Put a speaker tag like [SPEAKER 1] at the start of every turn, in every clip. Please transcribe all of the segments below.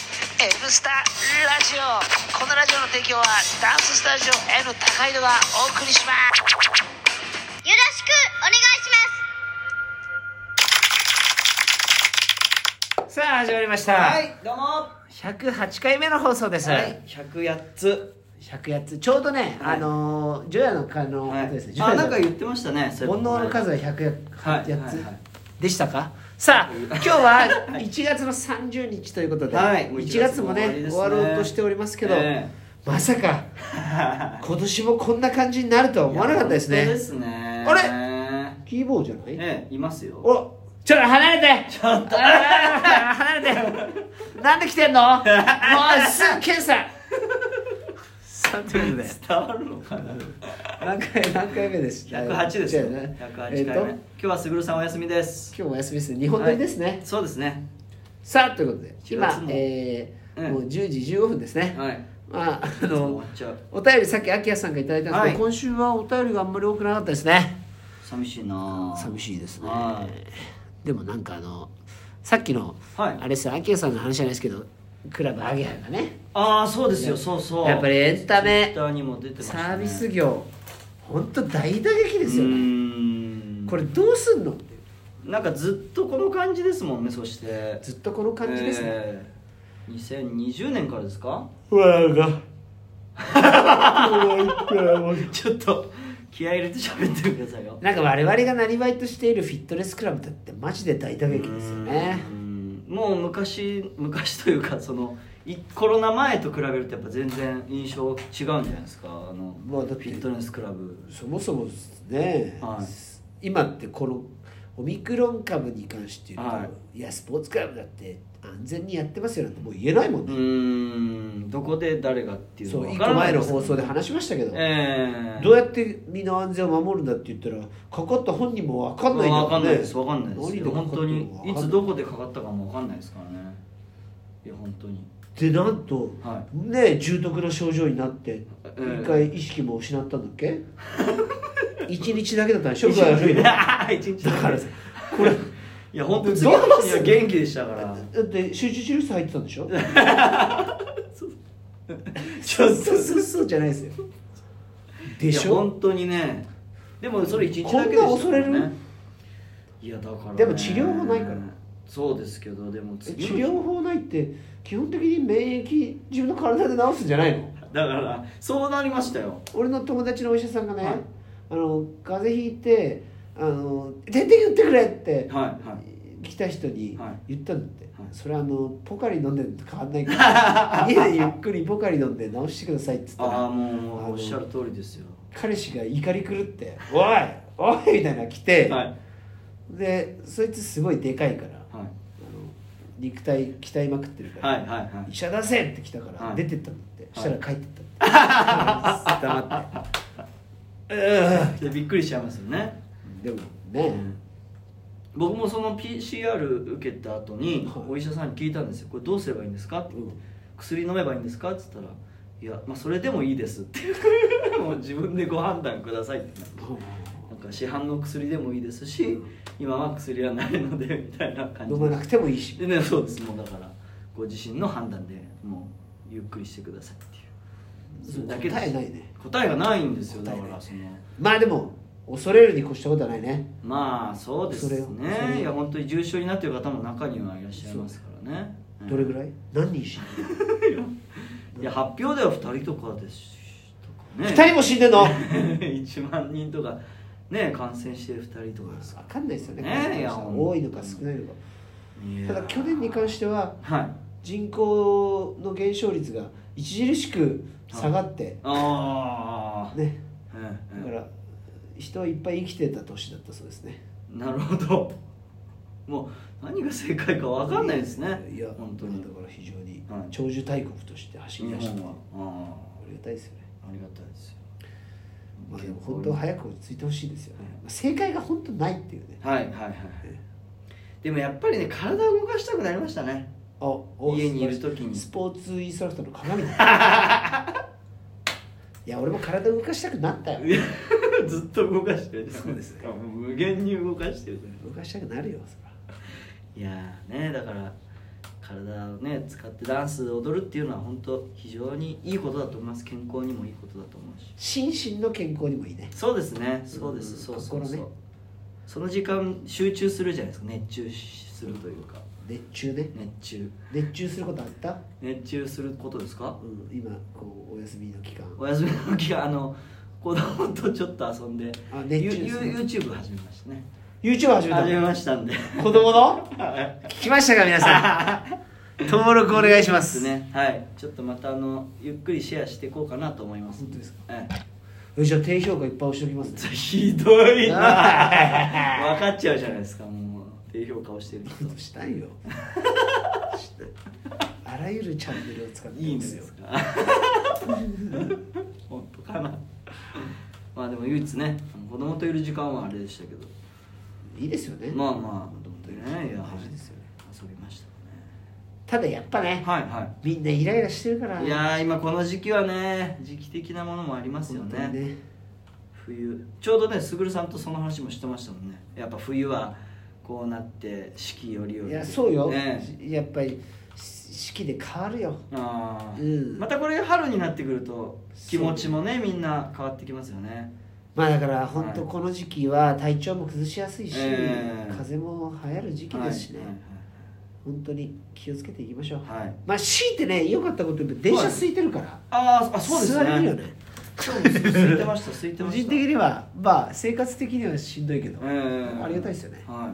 [SPEAKER 1] ススタラジオこのラジオの提供はダンススタジオ N 高井戸がお送りします
[SPEAKER 2] よろしくお願いします
[SPEAKER 3] さあ始まりました、
[SPEAKER 4] はい、どうも。は
[SPEAKER 3] 108回目の放送です、
[SPEAKER 4] い、百八つ。
[SPEAKER 3] 108つちょうどね、
[SPEAKER 4] はい
[SPEAKER 3] あのー除夜の鐘の
[SPEAKER 4] はい
[SPEAKER 3] 音ですね、
[SPEAKER 4] あ、
[SPEAKER 3] 除夜
[SPEAKER 4] なん
[SPEAKER 3] の
[SPEAKER 4] か言ってましたね。
[SPEAKER 3] 煩悩の数は108
[SPEAKER 4] はい
[SPEAKER 3] つ、
[SPEAKER 4] はいはい
[SPEAKER 3] でしたかさあ今日 は1月の30日ということで、
[SPEAKER 4] はいもう
[SPEAKER 3] 1月もね
[SPEAKER 4] 一月も終わりですね
[SPEAKER 3] 終わろうとしておりますけど、
[SPEAKER 4] え
[SPEAKER 3] まさ か今年もこんな感じになるとは思わなかったです
[SPEAKER 4] いや本当
[SPEAKER 3] ね
[SPEAKER 4] ですね。
[SPEAKER 3] あれ
[SPEAKER 4] え
[SPEAKER 3] キーボードじゃない、
[SPEAKER 4] え、いますよ。
[SPEAKER 3] おちょっと離れてちょっと離れてなんで来 てんのもうすぐ検査さあということで
[SPEAKER 4] 伝わるのかな。
[SPEAKER 3] 何回何回目です
[SPEAKER 4] 百八です
[SPEAKER 3] 違
[SPEAKER 4] よ
[SPEAKER 3] うね。
[SPEAKER 4] 百八回目。
[SPEAKER 3] えっ、と
[SPEAKER 4] 今日はすぐるさんお休みです。
[SPEAKER 3] 今日もお休みですね日本撮りですね、
[SPEAKER 4] はいそうですね。
[SPEAKER 3] さあということで
[SPEAKER 4] 4
[SPEAKER 3] 今
[SPEAKER 4] 月も
[SPEAKER 3] えー
[SPEAKER 4] うん
[SPEAKER 3] もう10時15分ですね、
[SPEAKER 4] はい。
[SPEAKER 3] まああ
[SPEAKER 4] 終
[SPEAKER 3] の
[SPEAKER 4] わっちゃう。
[SPEAKER 3] お便りさっきアキヤさんがいただいたんですけど、
[SPEAKER 4] はい
[SPEAKER 3] 今週はお便りがあんまり多くなかったですね
[SPEAKER 4] 寂しいな。
[SPEAKER 3] 寂しいですね
[SPEAKER 4] はい。
[SPEAKER 3] でもなんかあのさっきの、
[SPEAKER 4] はい
[SPEAKER 3] あれですよアキヤさんの話じゃないですけどクラブアゲハがね
[SPEAKER 4] ああ、そうですよ。そうそう。
[SPEAKER 3] やっぱりエンタメ
[SPEAKER 4] Twitter にも出てました
[SPEAKER 3] サ
[SPEAKER 4] ね。
[SPEAKER 3] ービス業本当大打撃ですよ
[SPEAKER 4] うー
[SPEAKER 3] ね
[SPEAKER 4] ん。
[SPEAKER 3] これどうすんのって
[SPEAKER 4] なんかずっとこの感じですもんね。そして。
[SPEAKER 3] ずっとこの感じですね、
[SPEAKER 4] えー2020年からですか
[SPEAKER 3] わが
[SPEAKER 4] ちょっと気合い入れて喋ってくださいよ
[SPEAKER 3] なんか我々がなりわいとしているフィットネスクラブだってマジで大打撃ですよね
[SPEAKER 4] うんもう昔昔というかそのいコロナ前と比べるとやっぱ全然印象違うんじゃないですかあの、
[SPEAKER 3] まあだって
[SPEAKER 4] フィットネスクラブ
[SPEAKER 3] そもそもですね、
[SPEAKER 4] はい
[SPEAKER 3] 今ってこのオミクロン株に関して言うと、、
[SPEAKER 4] はい
[SPEAKER 3] やスポーツクラブだって安全にやってますよなんてもう言えないもん
[SPEAKER 4] う
[SPEAKER 3] ね、
[SPEAKER 4] んどこで誰がっていう
[SPEAKER 3] そ
[SPEAKER 4] の
[SPEAKER 3] う
[SPEAKER 4] は
[SPEAKER 3] 一
[SPEAKER 4] 分
[SPEAKER 3] 個
[SPEAKER 4] からな
[SPEAKER 3] 前
[SPEAKER 4] い
[SPEAKER 3] の
[SPEAKER 4] すけど
[SPEAKER 3] 放送で話しましたけど、
[SPEAKER 4] ええ
[SPEAKER 3] どうやってみんな安全を守るんだって言ったらかかった本人も分かんないんだ
[SPEAKER 4] わ
[SPEAKER 3] も
[SPEAKER 4] か
[SPEAKER 3] ん
[SPEAKER 4] ん
[SPEAKER 3] ね
[SPEAKER 4] ないですわかんないで
[SPEAKER 3] 何
[SPEAKER 4] す
[SPEAKER 3] で
[SPEAKER 4] よ
[SPEAKER 3] かかっ
[SPEAKER 4] 本
[SPEAKER 3] て
[SPEAKER 4] 当
[SPEAKER 3] る
[SPEAKER 4] に
[SPEAKER 3] のか分かんない
[SPEAKER 4] つどこでかかったかもわかんないですからねいや本当に
[SPEAKER 3] でなんと、
[SPEAKER 4] は
[SPEAKER 3] ね重篤な症状になって
[SPEAKER 4] ええ
[SPEAKER 3] 一回意識も失ったんだっ け一日だけだったらショックが悪いのだ
[SPEAKER 4] 一日だけ
[SPEAKER 3] からさこれ
[SPEAKER 4] いや本当に
[SPEAKER 3] どうすんの
[SPEAKER 4] いや元気でしたから
[SPEAKER 3] だって集中治療室入ってたん でしょ
[SPEAKER 4] ちょっと
[SPEAKER 3] そうそうそうじゃないですよでし
[SPEAKER 4] いや
[SPEAKER 3] ょ
[SPEAKER 4] 本当にねでもそれ一日だけで
[SPEAKER 3] こんな恐れる
[SPEAKER 4] ねいやだから、ね、
[SPEAKER 3] でも治療法ないから
[SPEAKER 4] そうですけどでも
[SPEAKER 3] え
[SPEAKER 4] 次の
[SPEAKER 3] 治療法ないって基本的に免疫自分の体で治すんじゃないの
[SPEAKER 4] だからそうなりましたよ
[SPEAKER 3] 俺の友達のお医者さんがね、
[SPEAKER 4] はい
[SPEAKER 3] あの風邪ひいてあの点滴打ってくれって
[SPEAKER 4] はいはい
[SPEAKER 3] 来た人に
[SPEAKER 4] はい
[SPEAKER 3] 言ったんだって、
[SPEAKER 4] はい
[SPEAKER 3] それはあのポカリ飲んでるのと変わんないから 家でゆっくりポカリ飲んで治してくださいって言った
[SPEAKER 4] ああ
[SPEAKER 3] ら
[SPEAKER 4] もう
[SPEAKER 3] あ
[SPEAKER 4] も
[SPEAKER 3] の
[SPEAKER 4] うおっしゃる通りですよ
[SPEAKER 3] 彼氏が怒り狂って「おいおい!」みたいなの来て、
[SPEAKER 4] はいはい
[SPEAKER 3] でそいつすごいでかいからあの肉体鍛えまくってるから、
[SPEAKER 4] はいはいはい
[SPEAKER 3] 医者だぜって来たから
[SPEAKER 4] はい
[SPEAKER 3] 出てったんだって、そしたら帰ってっ たって、黙って
[SPEAKER 4] いやびっくりしちゃいますよね、
[SPEAKER 3] うんでもね、
[SPEAKER 4] 僕もその PCR 受けた後に
[SPEAKER 3] はい
[SPEAKER 4] お医者さんに聞いたんですよ「これどうすればいいんですか?」って
[SPEAKER 3] うん
[SPEAKER 4] 薬飲めばいいんですか?」っつったら「いや、まあ、それでもいいです」ってもう自分でご判断くださいってなんか市販の薬でもいいですし今は薬はないのでみたいな感じ
[SPEAKER 3] 飲まなくてもいいし
[SPEAKER 4] でねそうですもうだからご自身の判断でもうゆっくりしてくださいっていうそれだけです
[SPEAKER 3] 答えないね
[SPEAKER 4] 答えがないんですよだ
[SPEAKER 3] 答え
[SPEAKER 4] か
[SPEAKER 3] ない
[SPEAKER 4] らその
[SPEAKER 3] まあでも恐れるに越したことはないね
[SPEAKER 4] まあそうです
[SPEAKER 3] それをそれを
[SPEAKER 4] ねいや本当に重症になってる方も中にはいらっしゃいますからね
[SPEAKER 3] どれぐ
[SPEAKER 4] い
[SPEAKER 3] らい何人死んでる
[SPEAKER 4] いや発表では2人とかですとかね
[SPEAKER 3] 2人も死んでん の
[SPEAKER 4] 1万人とかね感染してる2人とかですか
[SPEAKER 3] 分かんないですよね
[SPEAKER 4] ねえいや
[SPEAKER 3] 多いのか少ないのかただ去年に関
[SPEAKER 4] して
[SPEAKER 3] しては
[SPEAKER 4] はい
[SPEAKER 3] 人口の減少率が著しく下がって
[SPEAKER 4] ああ、
[SPEAKER 3] ね
[SPEAKER 4] うんう
[SPEAKER 3] だ
[SPEAKER 4] ん
[SPEAKER 3] から人はいっぱい生きてた年だったそうですね
[SPEAKER 4] なるほどもう何が正解かわかんないですね
[SPEAKER 3] いや
[SPEAKER 4] 本当
[SPEAKER 3] ま
[SPEAKER 4] に
[SPEAKER 3] あだから非常に
[SPEAKER 4] はい
[SPEAKER 3] 長寿大国として走り出した
[SPEAKER 4] 日
[SPEAKER 3] のは
[SPEAKER 4] 本は
[SPEAKER 3] ありがたいですよね
[SPEAKER 4] あーありがたいですよ
[SPEAKER 3] まあでも本当は
[SPEAKER 4] はい
[SPEAKER 3] 早く落ち着いてほしいですよね
[SPEAKER 4] はい
[SPEAKER 3] まあ正解が本当ないっていうね
[SPEAKER 4] はいはいはいでもやっぱりね体を動かしたくなりましたね
[SPEAKER 3] あお
[SPEAKER 4] 家にいる時に
[SPEAKER 3] スポーツインストラクターの鏡だ いや俺も体動かしたくなったよ
[SPEAKER 4] いや ずっと動かしてるじゃ
[SPEAKER 3] そ
[SPEAKER 4] な
[SPEAKER 3] う
[SPEAKER 4] い
[SPEAKER 3] で
[SPEAKER 4] ですす
[SPEAKER 3] ね
[SPEAKER 4] かもう無限に動かしてるじゃない
[SPEAKER 3] 動かしたくなるよそら
[SPEAKER 4] いやーねだから体をね使ってダンス踊るっていうのは本当非常にいいことだと思います健康にもいいことだと思うし
[SPEAKER 3] 心身の健康にもいいね
[SPEAKER 4] そうですねそうです、
[SPEAKER 3] う
[SPEAKER 4] そ
[SPEAKER 3] ん
[SPEAKER 4] うそうそう、
[SPEAKER 3] 心ね
[SPEAKER 4] その時間集中するじゃないですか熱中するというか
[SPEAKER 3] 熱中ね
[SPEAKER 4] 熱中
[SPEAKER 3] 熱中することあった、
[SPEAKER 4] 熱中することですか
[SPEAKER 3] うん、今こうお休みの期間
[SPEAKER 4] お休みの時はあの子供とちょっと遊んで
[SPEAKER 3] あ熱中する
[SPEAKER 4] You- You- YouTube 始めましたね
[SPEAKER 3] YouTube 始めた
[SPEAKER 4] 始め
[SPEAKER 3] の
[SPEAKER 4] ましたんで
[SPEAKER 3] 子供の聞きましたか皆さん登録お願いしま
[SPEAKER 4] です
[SPEAKER 3] す
[SPEAKER 4] ねはいちょっとまたあのゆっくりシェアしていこうかなと思います
[SPEAKER 3] 本当ですか
[SPEAKER 4] え
[SPEAKER 3] えじゃあ低評価いっぱい押しておきますね
[SPEAKER 4] えひどい
[SPEAKER 3] あ
[SPEAKER 4] な分かっちゃうじゃないですかもう低評価をしてる人
[SPEAKER 3] したいよしたいあらゆるチャンネルを使って
[SPEAKER 4] いいん
[SPEAKER 3] ま
[SPEAKER 4] です
[SPEAKER 3] よ
[SPEAKER 4] すか本当かなまあでも唯一ね子供といる時間はあれでしたけど
[SPEAKER 3] いいですよね
[SPEAKER 4] まあまあ
[SPEAKER 3] 子供といる
[SPEAKER 4] ねいや
[SPEAKER 3] 大事ですよね
[SPEAKER 4] 遊びました
[SPEAKER 3] ただやっぱね、
[SPEAKER 4] ねはいはい
[SPEAKER 3] みんなイライラしてるから
[SPEAKER 4] いやー今この時期はね時期的なものもありますよ
[SPEAKER 3] 本当
[SPEAKER 4] ね
[SPEAKER 3] にね
[SPEAKER 4] 冬ちょうどねすぐるさんとその話もしてましたもんねやっぱ冬はこうなって四季よりより
[SPEAKER 3] いやそうよ、
[SPEAKER 4] ね
[SPEAKER 3] やっぱりし四季で変わるよ
[SPEAKER 4] ああ、
[SPEAKER 3] うん
[SPEAKER 4] またこれ春になってくると気持ちもねみんな変わってきますよね
[SPEAKER 3] まあだから本当
[SPEAKER 4] はい
[SPEAKER 3] この時期は体調も崩しやすいし、
[SPEAKER 4] ええ
[SPEAKER 3] 風邪も流行る時期ですしね、
[SPEAKER 4] はい
[SPEAKER 3] 本当に気をつけていきましょう、
[SPEAKER 4] はいはい、はい
[SPEAKER 3] まあ強いてね良かったこと言えば電車空いてるから、
[SPEAKER 4] あーあそうですね
[SPEAKER 3] 座れるよね
[SPEAKER 4] そうです空いてました空いて
[SPEAKER 3] 個
[SPEAKER 4] ま
[SPEAKER 3] 人
[SPEAKER 4] した
[SPEAKER 3] 的にはまあ生活的にはしんどいけど、
[SPEAKER 4] ええ
[SPEAKER 3] ありがたいですよね
[SPEAKER 4] は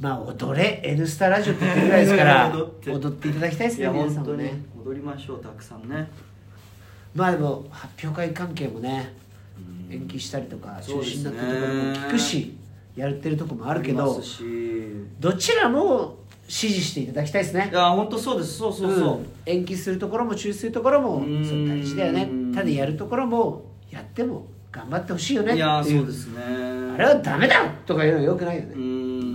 [SPEAKER 3] まあ踊れ「N スタラジオ」って言ってるぐらいですから
[SPEAKER 4] 踊
[SPEAKER 3] 踊
[SPEAKER 4] っ
[SPEAKER 3] ってていただきたいで
[SPEAKER 4] い
[SPEAKER 3] す
[SPEAKER 4] い
[SPEAKER 3] ね
[SPEAKER 4] や
[SPEAKER 3] 皆
[SPEAKER 4] 本
[SPEAKER 3] さんも
[SPEAKER 4] 当に
[SPEAKER 3] ね
[SPEAKER 4] 踊りましょうたくさんね
[SPEAKER 3] まあでも発表会関係もね
[SPEAKER 4] うん
[SPEAKER 3] 延期したりとか中
[SPEAKER 4] そうです
[SPEAKER 3] 止に
[SPEAKER 4] ね
[SPEAKER 3] なったところも聞くしやってるとこもあるけ
[SPEAKER 4] ありま
[SPEAKER 3] ど
[SPEAKER 4] すし
[SPEAKER 3] どちらも支持していただきたいですね
[SPEAKER 4] いや本当そうですそうそうそう、
[SPEAKER 3] うん延期するところも中止するところも
[SPEAKER 4] うーん
[SPEAKER 3] それ大事だよねただやるところもやっても頑張ってほしいよね
[SPEAKER 4] いや
[SPEAKER 3] ってい
[SPEAKER 4] そううですね
[SPEAKER 3] あれはダメだとか言うのはよくないよね、
[SPEAKER 4] うー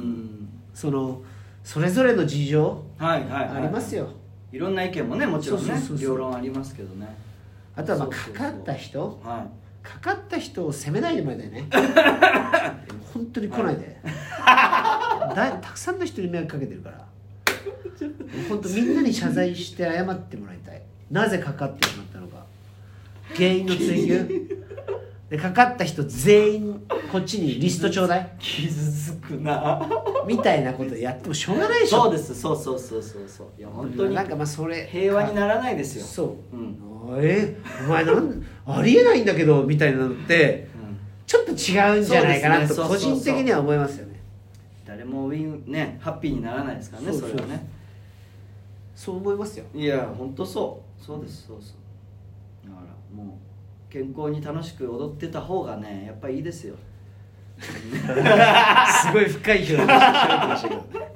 [SPEAKER 4] ん
[SPEAKER 3] そのそれぞれの事情
[SPEAKER 4] はいはい、はい、
[SPEAKER 3] ありますよ、
[SPEAKER 4] いろんな意見もねもちろんね
[SPEAKER 3] そうそうそうそう
[SPEAKER 4] 両論ありますけどね
[SPEAKER 3] あとはまあ
[SPEAKER 4] そうそ
[SPEAKER 3] か
[SPEAKER 4] うそう
[SPEAKER 3] かった人
[SPEAKER 4] は
[SPEAKER 3] かかった人を責めないでもらいたい ね本当に来ないで、だたくさんの人に迷惑かけてるから本当みんなに謝罪して謝ってもらいたいなぜかかってしまったのか原因の追及でかかった人全員こっちにリストちょうだい
[SPEAKER 4] い傷つくな
[SPEAKER 3] みたいなことやってもしょうがないでしょ
[SPEAKER 4] そうですそうそうそうそうそういや本当に
[SPEAKER 3] なんかまあそれ
[SPEAKER 4] 平和にならないですよ
[SPEAKER 3] そう、
[SPEAKER 4] うん
[SPEAKER 3] えお前なんありえないんだけどみたいなのって
[SPEAKER 4] うん
[SPEAKER 3] ちょっと違うんじゃないかな
[SPEAKER 4] そ
[SPEAKER 3] と
[SPEAKER 4] うですねそう
[SPEAKER 3] 個
[SPEAKER 4] そうそう
[SPEAKER 3] 人的には思いますよね
[SPEAKER 4] 誰もウィンねハッピーにならないですからね
[SPEAKER 3] そう
[SPEAKER 4] そ
[SPEAKER 3] そう
[SPEAKER 4] れはね
[SPEAKER 3] そう思いますよ
[SPEAKER 4] いや本当そうそうですそうそうだからもう健康に楽しく踊ってた方がねやっぱりいいですよ
[SPEAKER 3] すごい深い表情してましたけどね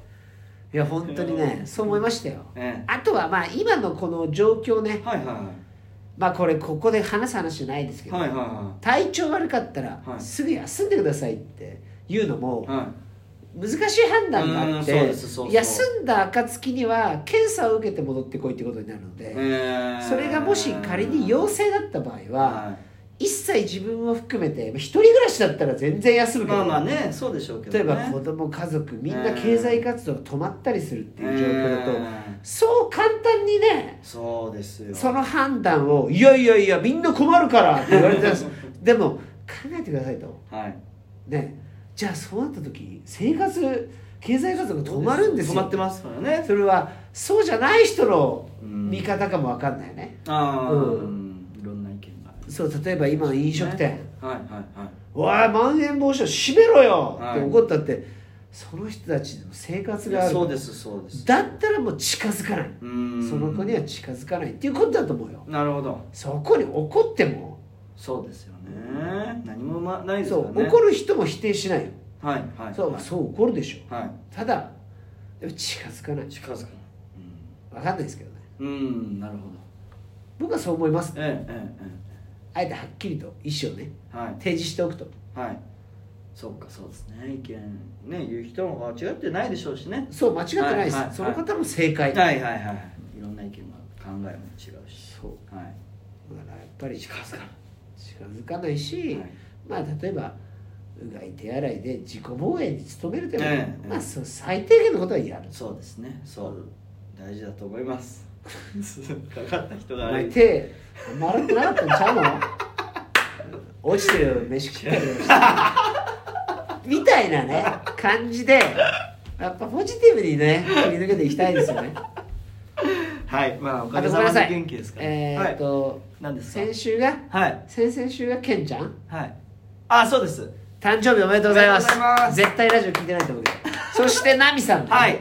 [SPEAKER 3] いや本当にねそう思いましたよ
[SPEAKER 4] え
[SPEAKER 3] あとはまあ今のこの状況ね
[SPEAKER 4] えはいはいは
[SPEAKER 3] まあこれここで話す話じゃないですけ
[SPEAKER 4] い
[SPEAKER 3] ど、
[SPEAKER 4] はいはいは
[SPEAKER 3] 体調悪かったら
[SPEAKER 4] はい
[SPEAKER 3] すぐ休んでくださいっていうのも
[SPEAKER 4] いはい
[SPEAKER 3] 難しい判断があっ
[SPEAKER 4] うんそう
[SPEAKER 3] て
[SPEAKER 4] ですそうそう
[SPEAKER 3] 休んだ暁には検査を受けて戻ってこいってことになるので
[SPEAKER 4] ええ
[SPEAKER 3] それがもし仮に陽性だった場合は
[SPEAKER 4] は
[SPEAKER 3] 一切自分を含めてまあ一人暮らしだったら全然休
[SPEAKER 4] い
[SPEAKER 3] むけど
[SPEAKER 4] まあまあねそうでしょうけど、ね、
[SPEAKER 3] 例えば子供家族みんな経済活動が止まったりするっていう状況だと、
[SPEAKER 4] えー
[SPEAKER 3] そう簡単にね
[SPEAKER 4] そうですよ
[SPEAKER 3] その判断を「いやいやいやみんな困るから」って言われてます でも考えてくださいと
[SPEAKER 4] はい
[SPEAKER 3] ねじゃあそうなった時生活経済活動が止まるんですよ
[SPEAKER 4] 止まってますからね
[SPEAKER 3] それはそうじゃない人の
[SPEAKER 4] うん
[SPEAKER 3] 見方かも分かんないよね、
[SPEAKER 4] ああ、
[SPEAKER 3] うん
[SPEAKER 4] うんいろんな意見がある
[SPEAKER 3] そう例えば今の飲食店、
[SPEAKER 4] はいはいはい
[SPEAKER 3] おいまん延防止を閉めろよ
[SPEAKER 4] は
[SPEAKER 3] っ
[SPEAKER 4] い
[SPEAKER 3] て怒ったって、その人たちの生活がある
[SPEAKER 4] そうですそうです
[SPEAKER 3] だったらもう近づかない
[SPEAKER 4] うん
[SPEAKER 3] その子には近づかないっていうことだと思うよ
[SPEAKER 4] なるほど
[SPEAKER 3] そこに怒っても、
[SPEAKER 4] そうですよね何も生まないです
[SPEAKER 3] そ
[SPEAKER 4] から
[SPEAKER 3] う
[SPEAKER 4] ね
[SPEAKER 3] 怒る人も否定しないよ
[SPEAKER 4] はいはい
[SPEAKER 3] そう,、
[SPEAKER 4] はい
[SPEAKER 3] そう怒るでしょ
[SPEAKER 4] は
[SPEAKER 3] ただでも近づかない
[SPEAKER 4] い
[SPEAKER 3] 分
[SPEAKER 4] 近づく
[SPEAKER 3] かんないですけどね
[SPEAKER 4] うん、うん、なるほど
[SPEAKER 3] 僕はそう思います
[SPEAKER 4] えええええ
[SPEAKER 3] あえてはっきりと意思をね
[SPEAKER 4] えはい
[SPEAKER 3] 提示しておくと
[SPEAKER 4] はいそうかそうですね意見ね言う人も間違ってないでしょうしね
[SPEAKER 3] そう間違ってないです、
[SPEAKER 4] はいはい
[SPEAKER 3] その方も正解、
[SPEAKER 4] はいはいはいいろんな意見もある考えも違うし
[SPEAKER 3] そう
[SPEAKER 4] はい
[SPEAKER 3] だからやっぱり
[SPEAKER 4] 近づかない
[SPEAKER 3] 近づかないし、
[SPEAKER 4] はい
[SPEAKER 3] まあ例えばうがい手洗いで自己防衛に努めるというのは、
[SPEAKER 4] ええ
[SPEAKER 3] まあ、そう最低限のことはやる
[SPEAKER 4] そうですねそう大事だと思います かかった人
[SPEAKER 3] お
[SPEAKER 4] が
[SPEAKER 3] 前
[SPEAKER 4] 悪い
[SPEAKER 3] 手洗ってなかったんち ゃうの落ちてる飯食ったりとかしてみたいなね感じでやっぱポジティブにね切り抜けていきたいですよね
[SPEAKER 4] はいまあおか
[SPEAKER 3] あ
[SPEAKER 4] げ
[SPEAKER 3] とご
[SPEAKER 4] さ
[SPEAKER 3] め
[SPEAKER 4] ま
[SPEAKER 3] んなさ
[SPEAKER 4] で
[SPEAKER 3] い
[SPEAKER 4] 元気ですから
[SPEAKER 3] え
[SPEAKER 4] は
[SPEAKER 3] ーっ
[SPEAKER 4] い
[SPEAKER 3] と、
[SPEAKER 4] 何ですか
[SPEAKER 3] 先週が
[SPEAKER 4] はい
[SPEAKER 3] 先々週がケンちゃん
[SPEAKER 4] はいあそうです
[SPEAKER 3] 誕生日おめでとうございます
[SPEAKER 4] おめでとうございます
[SPEAKER 3] 絶対ラジオ聞いてないと思うけどそしてナミさん、
[SPEAKER 4] はい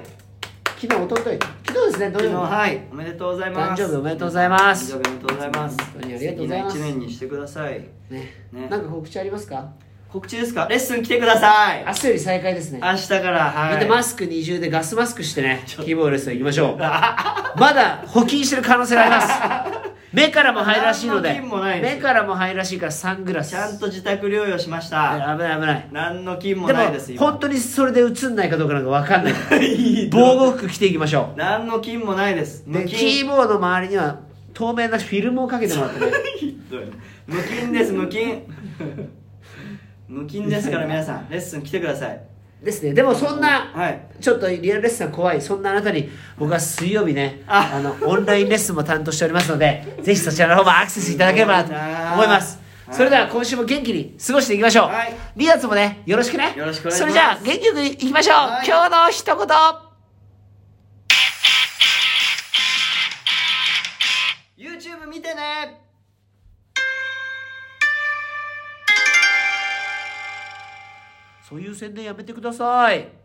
[SPEAKER 3] 昨日おととい昨日ですね土
[SPEAKER 4] 昨
[SPEAKER 3] 曜
[SPEAKER 4] 日
[SPEAKER 3] 日
[SPEAKER 4] はいおめでとうございます
[SPEAKER 3] 誕生日おめでとうございます
[SPEAKER 4] 誕生日おめでとうございます
[SPEAKER 3] 本当にありがとうございます
[SPEAKER 4] 素敵な一年にしてください
[SPEAKER 3] ね
[SPEAKER 4] ね
[SPEAKER 3] なんか告知ありますか
[SPEAKER 4] 告知ですかレッスン来てください
[SPEAKER 3] 明日より再開ですね
[SPEAKER 4] 明日からはい
[SPEAKER 3] みんなマスク二重でガスマスクしてね
[SPEAKER 4] ょ
[SPEAKER 3] キーボードレスン行きましょうまだ補菌してる可能性があります 目からも入るらしいので
[SPEAKER 4] 何の菌もないです
[SPEAKER 3] 目からも入るらしいからサングラス
[SPEAKER 4] ちゃんと
[SPEAKER 3] ね
[SPEAKER 4] 自宅療養しまし
[SPEAKER 3] 危
[SPEAKER 4] た
[SPEAKER 3] ない危ない
[SPEAKER 4] 何の菌も
[SPEAKER 3] で
[SPEAKER 4] ないです
[SPEAKER 3] も本当にそれで映んないかどうかなんか分か んないから
[SPEAKER 4] いい
[SPEAKER 3] 防護服着ていきましょ
[SPEAKER 4] 何の菌もないです
[SPEAKER 3] うで
[SPEAKER 4] 無
[SPEAKER 3] キー
[SPEAKER 4] 菌
[SPEAKER 3] ボードの周りには透明なフィルムをかけてもら ってね
[SPEAKER 4] ひどい無菌です無菌無菌ですから皆さんレッスン来てください
[SPEAKER 3] ですねでもそんな
[SPEAKER 4] はい
[SPEAKER 3] ちょっとリアルレッスンは怖いそんなあなたに僕は水曜日ね
[SPEAKER 4] あ
[SPEAKER 3] あのオンラインレッスンも担当しておりますので ぜひそちらの方もアクセスいただければなと思います
[SPEAKER 4] はい
[SPEAKER 3] それでは今週も元気に過ごしていきましょう、
[SPEAKER 4] はい
[SPEAKER 3] 2月もねよろしくね
[SPEAKER 4] よろしくお願いします
[SPEAKER 3] それじゃあ元気よくいきましょう、
[SPEAKER 4] はい
[SPEAKER 3] 今日の一言は
[SPEAKER 4] YouTube 見てね
[SPEAKER 3] そういう宣伝やめてください